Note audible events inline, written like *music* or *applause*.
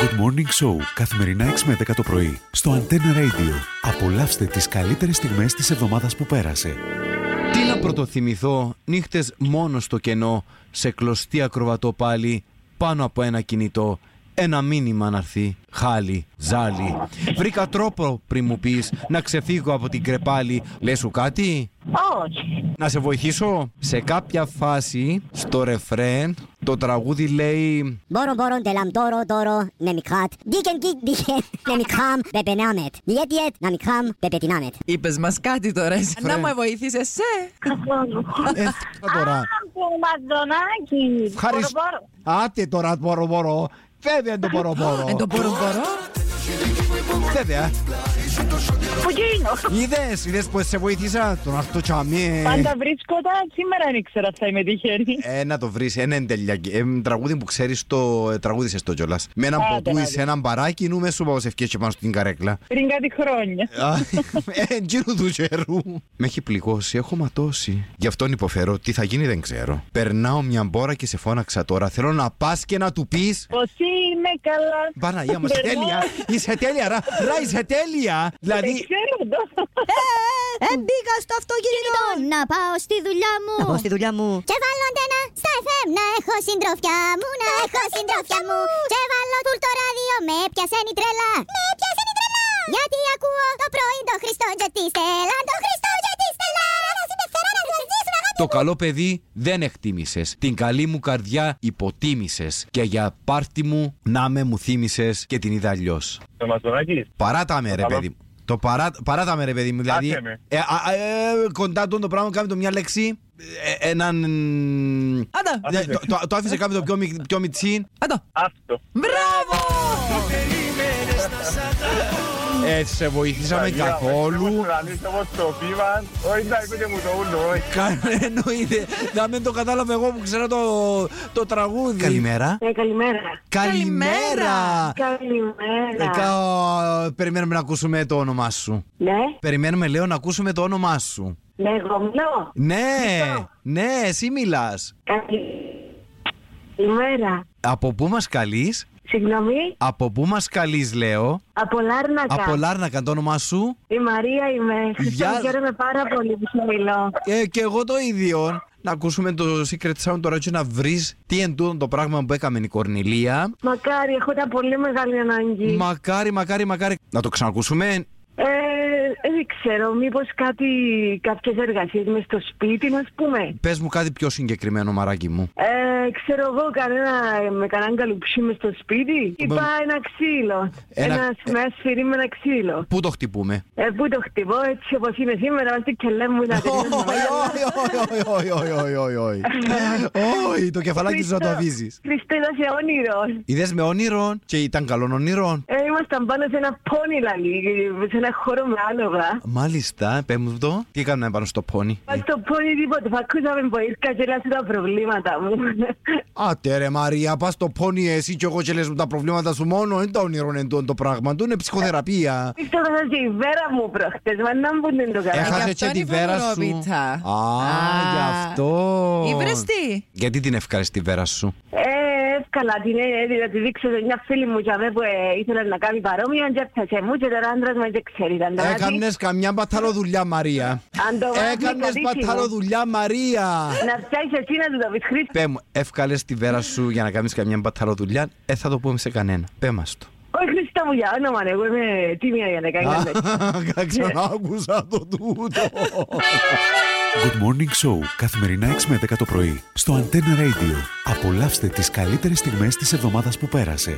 Good Morning Show καθημερινά 6 με 10 το πρωί στο Antenna Radio. Απολαύστε τις καλύτερες στιγμές της εβδομάδας που πέρασε. Τι να πρωτοθυμηθώ, νύχτες μόνο στο κενό, σε κλωστή ακροβατό πάλι, πάνω από ένα κινητό. Ένα μήνυμα να έρθει, χάλι, ζάλι. Βρήκα τρόπο πριν μου πεις να ξεφύγω από την κρεπάλι. Λες σου κάτι? Όχι. Να σε βοηθήσω. Σε κάποια φάση, στο ρεφρέν, το τραγούδι λέει Μπορον, μπορον, τελαμ, τόρο, τόρο, νεμικχάτ. Δίκεν, κικ, *laughs* δίκεν, νεμικχάμ, πεπενάμετ. Διέτ, διέτ, ναμικχάμ, πεπετινάμετ. Είπες μας κάτι τώρα, εσύ. Φρέ. Να με βοηθήσει, εσύ. «Ε, τώρα. Το μαντονάκι. Ευχαριστώ. Άτε τώρα μπορώ μπορώ. Βέβαια το μπορώ μπορώ. Εν Ε, το μπορώ, μπορώ. Βέβαια. Πού γίνω. Ε. Είδες, είδες πως σε βοήθησα. Τον αυτό τσαμί. Πάντα βρίσκοντα, σήμερα δεν ήξερα αυτά είμαι τυχερή. Ε, να το βρεις, ένα εντελιακή. Ε, τραγούδι που ξέρεις το ε, τραγούδισες το κιόλας. Με έναν Άντε, ποτούι άντε. σε έναν μπαράκι, νου μέσω από ευκαιρίες και πάνω στην καρέκλα. Πριν κάτι χρόνια. Α, *laughs* Ε, γύρω του καιρού. Με έχει πληγώσει, έχω ματώσει. Γι' αυτόν υποφέρω, τι θα γίνει δεν ξέρω. Περνάω μια μπόρα και σε φώναξα τώρα. Θέλω να πας και να του πεις Πως είμαι καλά. Παναγία μου, είσαι Περνάω. τέλεια. Είσαι τέλεια, ρα, ρα είσαι τέλεια. Δεν Δηλαδή, ξέρω το. Εμπήγα στο αυτοκίνητο να πάω στη δουλειά μου. Να πάω στη δουλειά μου. Και βάλω αντένα στα FM να έχω συντροφιά μου, να έχω συντροφιά μου. Και βάλω πουλ το ράδιο, με πιάσε η τρέλα. Με πιάσε η τρέλα. Γιατί ακούω το πρωί το Χριστό και τη Στέλλα. Το Χριστό και τη Στέλλα. Ρε, να συμπεθέρα, να ζητήσουν αγάπη. το καλό παιδί δεν εκτίμησες. Την καλή μου καρδιά υποτίμησες. Και για πάρτι μου να με μου θύμισες και την είδα αλλιώς. Το Μαστονάκη. Παράτα με ρε καλό. παιδί μου. Το παρά, παράτα με ρε παιδί μου, δηλαδή. Άσε με. Ε, α, α, ε, κοντά του το πράγμα κάνει το μια λέξη. ε, έναν. Άντα, ε, το, το, το άφησε κάποιο το πιο, μικ- πιο μιτσί. άντα. Αυτό. Μπράβο! Ε, σε βοηθήσαμε καθόλου. καθόλου. Όπως το πήμα. Όχι να ακούτε μου το ούλο. όχι. Κα- Εννοείται. Να μην το κατάλαβα εγώ που ξέρω το, το τραγούδι. Καλημέρα. Ε, καλημέρα. Καλημέρα. Ε, Καλημέρα. κα- Περιμένουμε να ακούσουμε το όνομά σου. Ναι, Περιμένουμε, λέω, να ακούσουμε το όνομά σου. ναι, εγώ μιλώ. Ναι, ναι, εσύ μιλάς. Καλημέρα. Από πού μας καλείς? Συγγνώμη, Από πού μας καλείς λέω από Λάρνακα. Από Λάρνακα το όνομά σου Η Μαρία είμαι. Γεια. Χριστό, χαίρομαι πάρα πολύ που σε μιλώ. ε, Και εγώ το ίδιο Να ακούσουμε το Secret Sound τώρα και να βρεις Τι εν τούτο το πράγμα που έκαμε η Κορνηλία Μακάρι, έχω τα πολύ μεγάλη ανάγκη. Μακάρι, μακάρι, μακάρι Να το ξανακούσουμε Ε, δεν ξέρω, μήπως κάτι, κάποιες εργασίες μες στο σπίτι, να πούμε. Πες μου κάτι πιο συγκεκριμένο μαράκι μου Ε, ξέρω εγώ, κανένα, με κανέναν καλουψί μες στο σπίτι. Είπα ένα ξύλο. Ένα- ε- Ένα, μια σφυρί με ένα ξύλο. Πού το χτυπούμε Ε, πού το χτυπώ έτσι όπως είναι σήμερα, βάλτε και λέμε μου να τελειώνουμε. Όχι, όχι, όχι, όχι, όχι, όχι Όχι, το κεφαλάκι σου να το αφήσεις Χριστέ, είσαι όνειρος. Είδες με όνειρο και ήταν καλών όνειρων Ε, ήμασταν πάνω σε ένα πόνι λαλί, σε ένα χώρο με Ε. άλογα. Μάλιστα, πέμπτο Τι έκανα πάνω στο πόνι Μας το πόνι τίποτα, που ακούσαμε βοήθεια και έλασε τα προβλήματα μου. Άτε ρε Μαρία, πας στο πόνι εσύ και εγώ και λες μου τα προβλήματα σου μόνο, είναι τα όνειρων εν τούτο το πράγμα, του είναι ψυχοθεραπεία. Είστε εδώ και η βέρα μου προχτές, μα να μπουν δεν το Έχα- καλά. Έχασε γι' και αυτόν τη η βέρα σου. Βαρβαρόπιτσα. Α, Α. γι' αυτό. Η βρεστή. Γιατί την έφκαρες τη βέρα σου. Ε, εύκολα την έδινα, τη δείξω σε μια φίλη μου για μέ που ε, ήθελα να κάνει παρόμοια και έπιασε μου και τώρα άντρας μας δεν ξέρει. ήταν Ε, τα λάθη. Έκανες καμιά μπαταλοδουλειά Μαρία. Αν το βάζουμε Έκανες κοδίσιμο. μπαταλοδουλειά Μαρία. Να πιάσεις εσύ να του το πεις Χρήστο. Πέ μου, έφκαλες τη βέρα σου για να κάνεις καμιά μπαταλοδουλειά, ε θα το πούμε σε κανένα. Πέ μας το. Όχι Χρήστο μου για όνομα, εγώ είμαι τίμια για να *laughs* κάνω τέτοια. Α, Ξανάκουσα το τούτο. Good Morning Show καθημερινά 6 με 10 το πρωί στο Antenna Radio. Απολαύστε τις καλύτερες στιγμές της εβδομάδας που πέρασε.